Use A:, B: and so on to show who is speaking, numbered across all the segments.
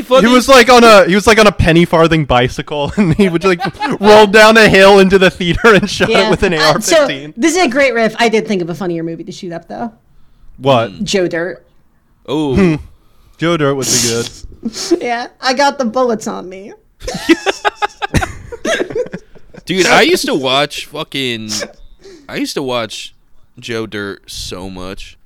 A: He
B: fucking.
A: was like on a he was like on a penny farthing bicycle, and he would like roll down a hill into the theater and shot it with an
C: Uh, so
A: AR-15.
C: this is a great riff. I did think of a funnier movie to shoot up though.
A: what?
C: Joe Dirt.
B: oh,
A: hmm. Joe Dirt would be good.
C: Yeah, I got the bullets on me.
B: dude, I used to watch fucking. I used to watch Joe Dirt so much.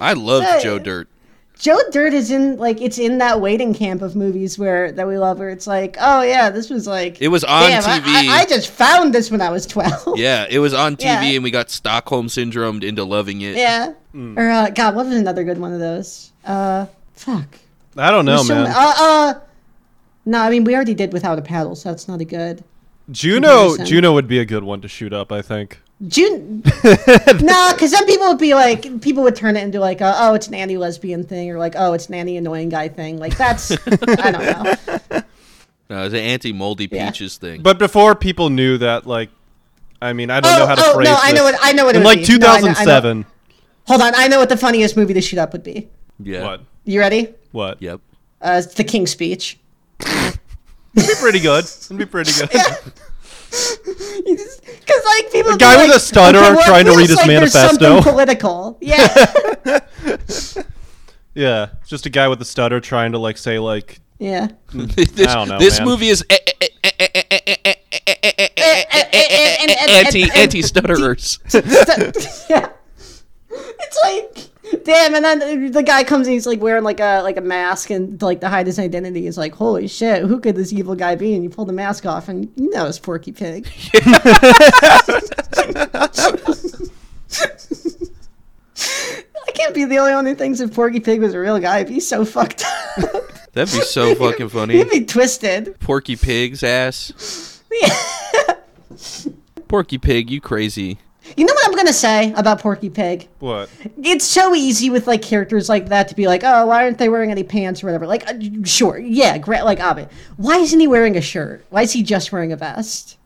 B: I loved
C: Hey.
B: Joe Dirt.
C: Joe Dirt is in like it's in that waiting camp of movies where that we love, where it's like, oh yeah, this was like
B: It was on
C: damn, I-
B: TV.
C: I, I just found this when I was twelve.
B: Yeah, it was on TV,
C: Yeah.
B: and we got Stockholm syndromed into loving it.
C: Yeah.
A: Hmm.
C: Or uh, God, what was another good one of those? Uh, fuck.
A: I don't know,
C: There's so
A: man.
C: ma- uh, uh, no, I mean we already did without a paddle, so that's not a good.
A: Juno
C: Anderson.
A: Juno would be a good one to shoot up. I think.
C: June. nah, because then people would be like, people would turn it into like, a, oh, it's an anti lesbian thing, or like, oh, it's an anti annoying guy thing. Like that's, I don't know.
B: No, it was an Uh, anti-moldy
C: Yeah.
B: peaches thing.
A: But before people knew that, like, I mean, I don't know how to
C: oh,
A: phrase
C: no, I know
A: this.
C: what I know what it
A: In
C: would
A: like
C: be. No, I know- I know-
A: 2007.
C: Hold on, I know what the funniest movie to shoot up would be.
B: yeah.
A: What?
C: You ready?
A: What?
B: Yep.
C: Uh, it's the King's Speech.
A: It'd be pretty good. It'd be pretty good.
C: Because like people,
A: The guy
C: be
A: with
C: like,
A: a stutter
C: "Okay, well,
A: trying to
C: it
A: read
C: feels
A: his
C: like there's
A: manifesto."
C: Something political, yeah,
A: yeah, it's just a guy with a stutter trying to like say like.
C: yeah.
B: this
A: I don't know,
B: this
A: man.
B: movie is a- a- a- a- a- a- a- a- a- anti anti stutterers.
C: Stu- yeah. It's like, damn. And then the guy comes and he's like wearing like a like a mask and like to hide his identity. He's like, holy shit, who could this evil guy be? And you pull the mask off, and you know it's Porky Pig. I can't be the only one who thinks if Porky Pig was a real guy, he'd be so fucked up.
B: That'd be so fucking funny.
C: he'd be twisted.
B: Porky Pig's ass. Porky Pig, you crazy.
C: You know what I'm gonna say about Porky Pig?
A: What?
C: it's so easy with like characters like that to be like, oh, why aren't they wearing any pants or whatever? Like, uh, sure, yeah, great, like, obvious. Why isn't he wearing a shirt? Why is he just wearing a vest?